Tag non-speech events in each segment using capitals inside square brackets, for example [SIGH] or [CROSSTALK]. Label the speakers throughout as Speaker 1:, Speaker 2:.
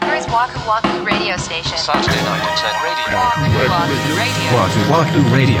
Speaker 1: Waku Waku Radio Station.
Speaker 2: Saturday night at 10 radio.
Speaker 1: Waku Waku Radio.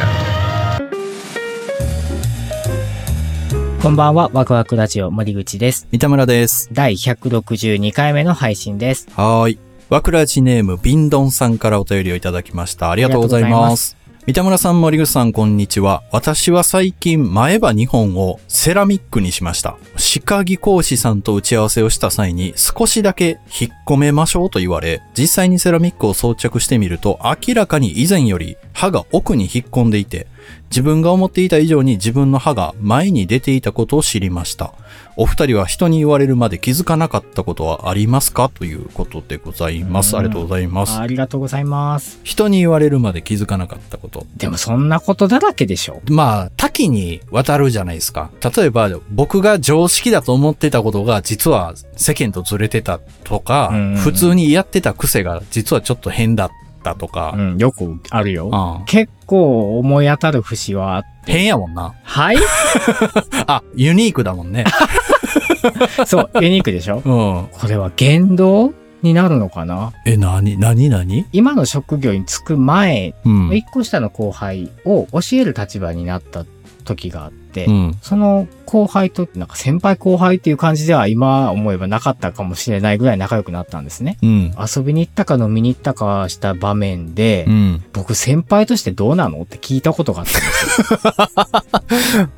Speaker 3: Wahoo Wahoo Radio.
Speaker 4: こんばんは、ワクワクラジオ森口です。
Speaker 5: 三田村です。
Speaker 4: 第162回目の配信です。
Speaker 5: はーい。わくらじネーム、ビンドンさんからお便りをいただきました。ありがとうございます。三田村さん、森口さん、こんにちは。私は最近、前歯2本をセラミックにしました。歯科技工士さんと打ち合わせをした際に、少しだけ引っ込めましょうと言われ、実際にセラミックを装着してみると、明らかに以前より歯が奥に引っ込んでいて、自分が思っていた以上に自分の歯が前に出ていたことを知りました。お二人は人に言われるまで気づかなかったことはありますかということでございます。
Speaker 4: うん
Speaker 5: ありがとうございます
Speaker 4: あ。りがとうございます。
Speaker 5: 人に言われるまで気づかなかったこと。
Speaker 4: でもそんなことだらけでしょ。
Speaker 5: まあ、多岐に渡るじゃないですか。例えば、僕が常識だと思ってたことが、実は世間とずれてたとか
Speaker 4: うん、
Speaker 5: 普通にやってた癖が、実はちょっと変だったと
Speaker 4: う
Speaker 5: か、
Speaker 4: ん、よくあるよ。
Speaker 5: うん
Speaker 4: 結構思い当たる節はあっ、
Speaker 5: 変やもんな。
Speaker 4: はい
Speaker 5: あ、ユニークだもんね。
Speaker 4: そう、 [LAUGHS] ユニークでしょ
Speaker 5: うん。
Speaker 4: これは言動になるのかな
Speaker 5: え、なに、なになに
Speaker 4: 今の職業に就く前、
Speaker 5: うん。
Speaker 4: 一個下の後輩を教える立場になった時があって、
Speaker 5: うん。
Speaker 4: その後輩と、なんか先輩後輩っていう感じでは今思えばなかったかもしれないぐらい仲良くなったんですね。
Speaker 5: うん。
Speaker 4: 遊びに行ったか飲みに行ったかした場面で、
Speaker 5: うん。
Speaker 4: 僕先輩としてどうなのって [LAUGHS] 聞いたことがあったんです。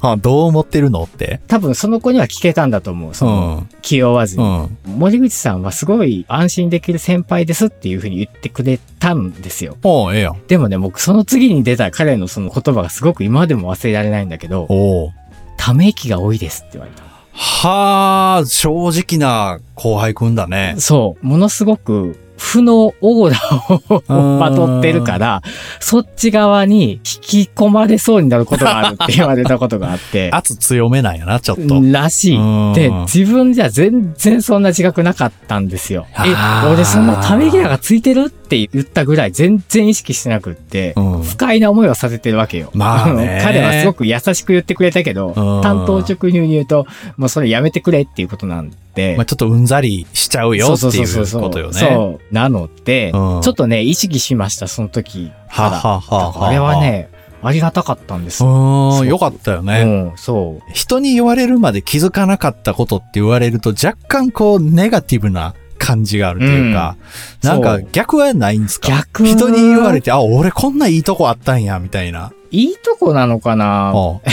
Speaker 5: あ、どう思ってるのって。
Speaker 4: 多分その子には聞けたんだと思う。
Speaker 5: う
Speaker 4: その、
Speaker 5: ん。うん。
Speaker 4: 気負わずに。
Speaker 5: うん。
Speaker 4: 森口さんはすごい安心できる先輩ですっていうふうに言ってくれたんですよ。
Speaker 5: おうええやん。
Speaker 4: でもね、僕その次に出た彼のその言葉がすごく今でも忘れられないんだけど、
Speaker 5: おう
Speaker 4: ため息が多いですって言われた。
Speaker 5: はあ、正直な後輩くんだね。
Speaker 4: そう、ものすごく、負のオーラを [LAUGHS] まとってるから、そっち側に引き込まれそうになることがあるって言われたことがあっ
Speaker 5: [LAUGHS]
Speaker 4: て、
Speaker 5: 圧強めなんやな、ちょっと。
Speaker 4: らしい。
Speaker 5: うん
Speaker 4: で、自分じゃ全然そんな自覚なかったんですよ。
Speaker 5: あ
Speaker 4: え、
Speaker 5: ー
Speaker 4: 俺そんなため息がついてるって言ったぐらい全然意識してなくって、
Speaker 5: うん
Speaker 4: 不快な思いをさせてるわけよ。
Speaker 5: まあね
Speaker 4: 彼はすごく優しく言ってくれたけど、
Speaker 5: うん
Speaker 4: 担当直入に言うと、もうそれやめてくれっていうことなんで。
Speaker 5: まあ、ちょっとうんざりしちゃうよっていうことよね。
Speaker 4: そう。なので、
Speaker 5: うん
Speaker 4: ちょっとね、意識しました、その時から。
Speaker 5: ははははは。
Speaker 4: あれは。ね、ありがたかったんです。
Speaker 5: う
Speaker 4: う
Speaker 5: ー、
Speaker 4: そうん
Speaker 5: よかったよね。
Speaker 4: ん、そう。
Speaker 5: 人に言われるまで気づかなかったことって言われると若干こうネガティブな感じがあるというか、
Speaker 4: うん
Speaker 5: なんか
Speaker 4: そう
Speaker 5: 逆はないんですか
Speaker 4: 逆
Speaker 5: 人に言われて、あ、俺こんないいとこあったんや、みたいな。
Speaker 4: いいとこなのかな
Speaker 5: おう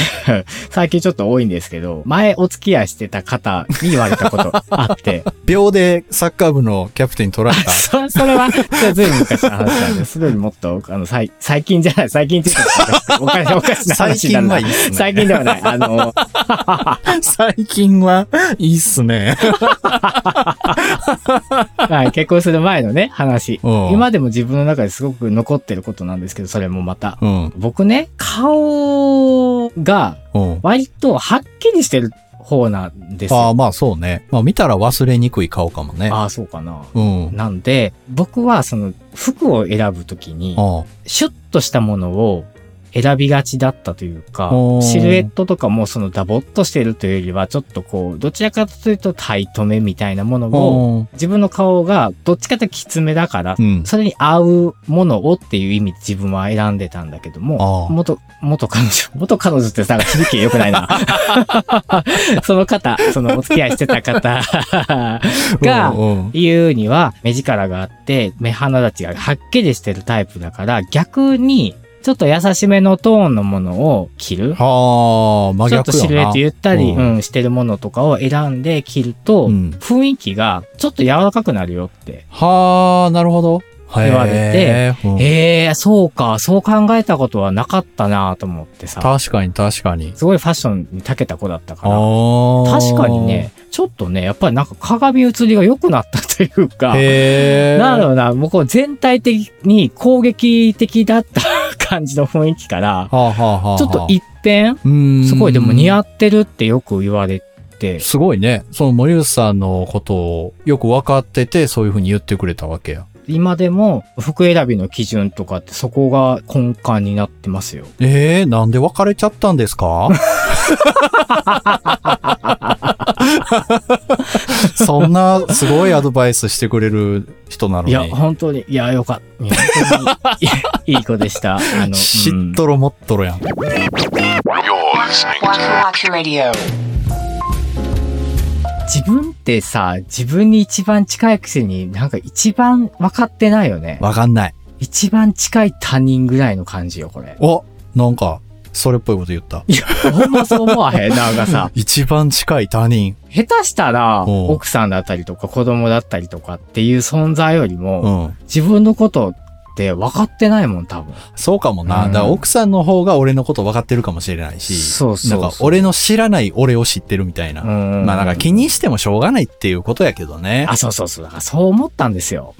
Speaker 4: 最近ちょっと多いんですけど、前お付き合いしてた方に言われた [LAUGHS] ことあって、
Speaker 5: 秒でサッカー部のキャプテンに取
Speaker 4: [LAUGHS]
Speaker 5: られた。
Speaker 4: そそれは、それはずいぶん昔の話なんで、すでにもっと、あの、さい最近じゃない、最近って言ったらおか [LAUGHS] しおかしな
Speaker 5: 最
Speaker 4: 話にな
Speaker 5: 近
Speaker 4: るな
Speaker 5: はいいっすね。
Speaker 4: 最近ではない。あ [LAUGHS] の、
Speaker 5: 最近はいいっすね。
Speaker 4: はい、結婚する前のね、話。
Speaker 5: うん
Speaker 4: 今でも自分の中ですごく残ってることなんですけど、それもまた。
Speaker 5: うん。
Speaker 4: 僕ね、顔が
Speaker 5: うん。
Speaker 4: 割とはっきりしてる方なんです
Speaker 5: ああ、
Speaker 4: よ。
Speaker 5: まあそうね。まあ見たら忘れにくい顔かもね。
Speaker 4: ああ、そうかな。
Speaker 5: うん。
Speaker 4: なんで、僕はその服を選ぶときに、
Speaker 5: あ
Speaker 4: シュッとしたものを選びがちだったというか
Speaker 5: お、ー
Speaker 4: シルエットとかもそのダボっとしてるというよりは、ちょっとこう、どちらかというとタイトめみたいなもの
Speaker 5: あ。
Speaker 4: を、自分の顔がどっちかというときつめだから
Speaker 5: う、ん。
Speaker 4: それに合うものをっていう意味で自分は選んでたんだけども
Speaker 5: あ、あ
Speaker 4: 元、元彼女、 [LAUGHS] 元彼女ってさ、響き良くない
Speaker 5: [LAUGHS]
Speaker 4: な。その方、そのお付き合いしてた方が、
Speaker 5: うん
Speaker 4: 言うには目力があって、目鼻立ちがはっきりしてるタイプだから、逆に、ちょっと優しめのトーンのものを着る。
Speaker 5: はあ、真
Speaker 4: ちょっと
Speaker 5: 逆やな。
Speaker 4: シルエットゆったり、
Speaker 5: うん
Speaker 4: うんしてるものとかを選んで着ると、
Speaker 5: うん
Speaker 4: 雰囲気がちょっと柔らかくなるよって
Speaker 5: はあ、なるほど。
Speaker 4: 言われて
Speaker 5: へえうん
Speaker 4: へえ、そうか、そう考えたことはなかったなと思ってさ、
Speaker 5: 確かに確かに。
Speaker 4: すごいファッションに長けた子だったから、
Speaker 5: 確
Speaker 4: 確かにね。、ちょっとね、やっぱりなんか鏡映りが良くなったというか、
Speaker 5: へえ。
Speaker 4: なんだろうな、もうこう全体的に攻撃的だった感じの雰囲気から、
Speaker 5: はあはあはあ。
Speaker 4: ちょっと一変、すごいでも似合
Speaker 5: っ
Speaker 4: ってるってよく言われて、
Speaker 5: すごいね。その森内さんのことをよく分かってて、そういうふうに言ってくれたわけや。
Speaker 4: 今でも服選びの基準とかってそこが根幹になってますよ。
Speaker 5: ええー、なんで別れちゃったんで
Speaker 4: [LAUGHS]
Speaker 5: すかそんなすごいアドバイスしてくれる人なの
Speaker 4: い
Speaker 5: に。
Speaker 4: や、本当に、いや、よかったいや。本当にいやいい子でした。あの、
Speaker 5: し
Speaker 4: うん
Speaker 5: っとろもっとろやん。
Speaker 1: Waku Waku Radio.
Speaker 4: 自分ってさ、自分に一番近いくせになんか一番分かってないよね。
Speaker 5: わかんない。
Speaker 4: 一番近い他人ぐらいの感じよ、こ
Speaker 5: [LAUGHS]
Speaker 4: れ。
Speaker 5: おなんか、それっぽいこと言った。
Speaker 4: いや、ほんまそう思わへん。なんかさ、
Speaker 5: 一番近い他人。
Speaker 4: 下手したら、
Speaker 5: うん
Speaker 4: 奥さんだったりとか子供だったりとかっていう存在より
Speaker 5: う
Speaker 4: も、
Speaker 5: ん。
Speaker 4: 自分のことって分かってないもん、多分。
Speaker 5: そうかもな。
Speaker 4: うん
Speaker 5: だから奥さんの方が俺のこと分かってるかもしれないし。
Speaker 4: そうそうそう
Speaker 5: なんか俺の知らない俺を知ってるみたいな。
Speaker 4: うん
Speaker 5: まあなんか気にしてもしょうがないっていうことやけどね。
Speaker 4: あ、そうそうそう。だからそう思ったんです
Speaker 5: [LAUGHS]
Speaker 4: よ。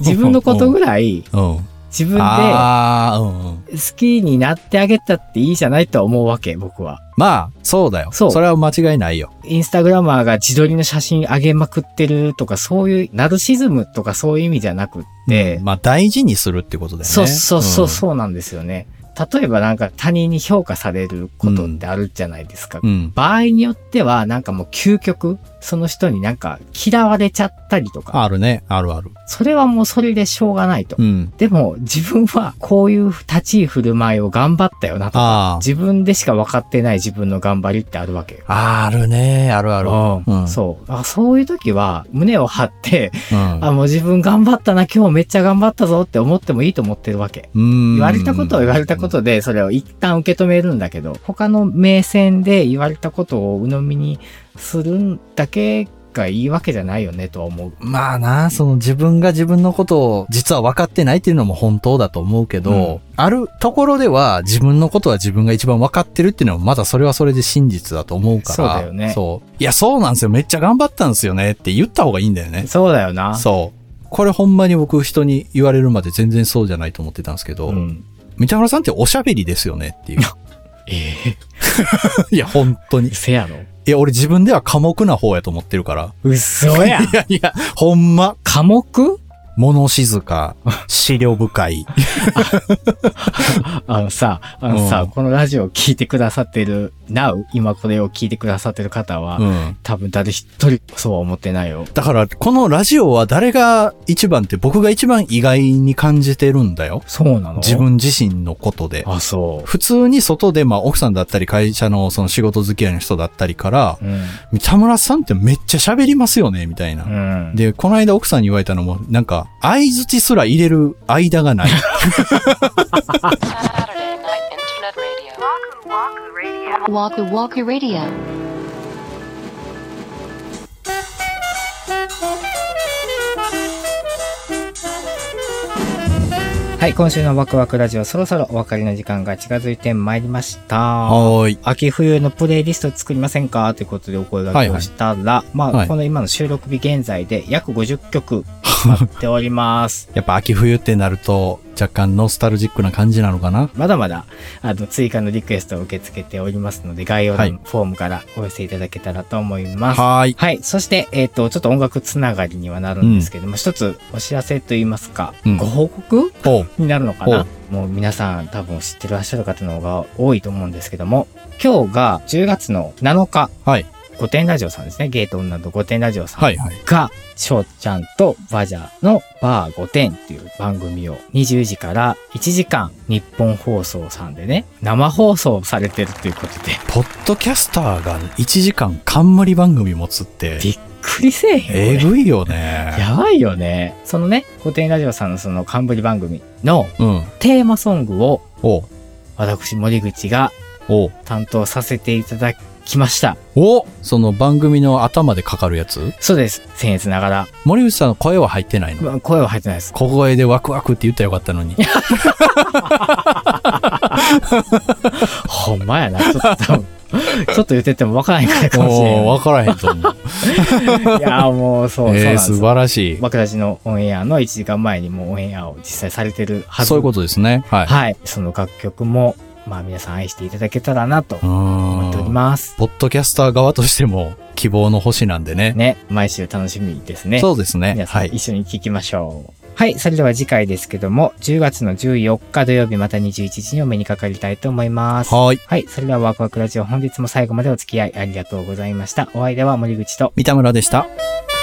Speaker 4: 自分のことぐらい、
Speaker 5: うん。
Speaker 4: 自分で
Speaker 5: ああ、うんうん。
Speaker 4: 好きになってあげたっていいじゃないとは思うわけ、僕は。
Speaker 5: まあ、そうだよ。
Speaker 4: そう
Speaker 5: れは間違いないよ。
Speaker 4: インスタグラマーが自撮りの写真上げまくってるとか、そういうナルシズムとかそういう意味じゃなくって、
Speaker 5: うんまあ大事にするってことだよね。
Speaker 4: そうそうそうそうなんですよね。例えばなんか他人に評価されることってあるじゃないですか。
Speaker 5: うん。うん。
Speaker 4: 場合によってはなんかもう究極、その人になんか嫌われちゃったりとか、
Speaker 5: あるね。あるある。
Speaker 4: それはもうそれでしょうがないと。
Speaker 5: うん。
Speaker 4: でも自分はこういう立ち居振る舞いを頑張ったよなとか、
Speaker 5: あ
Speaker 4: 自分でしか分かってない自分の頑張りってあるわけよ。
Speaker 5: あ。あるね。あるある。
Speaker 4: うん
Speaker 5: うん
Speaker 4: そう。あそういう時は胸を張って、
Speaker 5: うん
Speaker 4: あ、もう自分頑張ったな、今日めっちゃ頑張ったぞって思ってもいいと思ってるわけ。
Speaker 5: 言
Speaker 4: 言われたことを言われたことで、それを一旦受け止めるんだけど、他の目線で言われたことを鵜呑みにするんだけがいいわけじゃないよねとは思う。
Speaker 5: まあな、その自分が自分のことを実は分かってないっていうのも本当だと思うけど、
Speaker 4: うん
Speaker 5: あるところでは自分のことは自分が一番分かってるっていうのはまだそれはそれで真実だと思うから。
Speaker 4: そうだよね
Speaker 5: そう。いや、そうなんですよ。めっちゃ頑張ったんですよねって言った方がいいんだよね。
Speaker 4: そうだよな。
Speaker 5: そう。これほんまに僕人に言われるまで全然そうじゃないと思ってたんですけど、
Speaker 4: うん。
Speaker 5: 三田村さんっておしゃべりですよねっていう。
Speaker 4: え
Speaker 5: いや、本当に
Speaker 4: え。せやろ。
Speaker 5: いや、俺自分では寡黙な方やと思ってるから。
Speaker 4: 嘘や。
Speaker 5: いやいや、ほんま、
Speaker 4: 科目
Speaker 5: 物静か、 [LAUGHS] 資料深い。
Speaker 4: あのさ、あのさ、
Speaker 5: うん
Speaker 4: このラジオを聞いてくださってる、Now、今これを聞いてくださってる方は、
Speaker 5: うん。
Speaker 4: 多分誰一人そうは思ってないよ。
Speaker 5: だから、このラジオは誰が一番って僕が一番意外に感じてるんだよ。
Speaker 4: そうなの
Speaker 5: 自。分自身のことで。
Speaker 4: あ、そ
Speaker 5: 普通に外で、まあ奥さんだったり会社のその仕事付き合いの人だったりから
Speaker 4: う。、うん。
Speaker 5: 三田村さんってめっちゃ喋りますよね、みたいな。
Speaker 4: うん。
Speaker 5: で、この間奥さんに言われたのも、なんか、相づちすら入れる間が
Speaker 4: [LAUGHS]
Speaker 5: ない。
Speaker 1: Saturday Night Internet Radio. Waku Waku Radio. Waku Waku Radio.
Speaker 4: はい、今週のワクワクラジオ、そろそろお別れの時間が近づいてまいりました。
Speaker 5: はーい。
Speaker 4: 秋冬のプレイリスト作りませんかということでお声掛けをしたら、まあ、
Speaker 5: はい
Speaker 4: この今の収録日現在で約50曲待っております。 [LAUGHS]
Speaker 5: やっぱ秋冬ってなると、若干ノスタルジックな感じなのかな
Speaker 4: まだまだ、あの、追加のリクエストを受け付けておりますので、概要
Speaker 5: はい
Speaker 4: 欄フォームからお寄せいただけたらと思います。
Speaker 5: はーい。
Speaker 4: はい。そして、えっ、と、ちょっと音楽つながりにはなるんですけども、一つお知らせといいますか、
Speaker 5: うん
Speaker 4: ご報告
Speaker 5: ほう。
Speaker 4: になるのかなもう皆さん多分知ってらっしゃる方の方が多いと思うんですけども、今日が10月の7日、
Speaker 5: はい。
Speaker 4: 御殿ラジオさんですね、ゲート女の御殿ラジオさん
Speaker 5: はいはい。
Speaker 4: が、翔ちゃんとバジャのバー御殿っていう番組を20時から1時間日本放送さんでね、生放送されてるということで、
Speaker 5: ポッドキャスターが1時間冠番組持つって、
Speaker 4: びっくりせえへん。
Speaker 5: えぐいよね。
Speaker 4: やばいよね。そのね、御殿ラジオさんのその冠番組の
Speaker 5: うん。
Speaker 4: テーマソングを
Speaker 5: おう
Speaker 4: 私森口が
Speaker 5: おう
Speaker 4: 担当させていただきました。
Speaker 5: おその番組の頭でかかるやつ
Speaker 4: そうです。僭越ながら。
Speaker 5: 森内さんの声は入ってないの
Speaker 4: まあ声は入ってない
Speaker 5: [LAUGHS]
Speaker 4: です。
Speaker 5: 小声でワクワクって言ったらよかった
Speaker 4: [LAUGHS]
Speaker 5: のに。
Speaker 4: ほんまや [LAUGHS] な。ちょっと多分、ちょっと言ってても分からへんからかもしれ
Speaker 5: お
Speaker 4: ん
Speaker 5: うわからへんと
Speaker 4: [LAUGHS]
Speaker 5: 思
Speaker 4: い。
Speaker 5: う。
Speaker 4: いや、もうそう、そうなん
Speaker 5: え
Speaker 4: で
Speaker 5: ー、
Speaker 4: す
Speaker 5: 素
Speaker 4: よ。
Speaker 5: 晴らしい。
Speaker 4: 僕たちのオンエアの1時間前にもうオンエアを実際されてるはず。
Speaker 5: そういうことですね。はい。
Speaker 4: はい。その楽曲も、まあ皆さん愛していただけたらなと
Speaker 5: うー
Speaker 4: 思っており
Speaker 5: ん。
Speaker 4: ます。
Speaker 5: ポッドキャスター側としても希望の星なんでね。
Speaker 4: ね。毎週楽しみですね。
Speaker 5: そうですね。
Speaker 4: 皆さ
Speaker 5: は
Speaker 4: ん
Speaker 5: い
Speaker 4: 一。緒に聴きましょう。はい、それでは次回ですけども、10月の14日土曜日また21時にお目にかかりたいと思います。
Speaker 5: はーい。
Speaker 4: はい、それではワクワクラジオ本日も最後までお付き合いありがとうございました。お相手は森口と
Speaker 5: 三田村でした。
Speaker 1: 「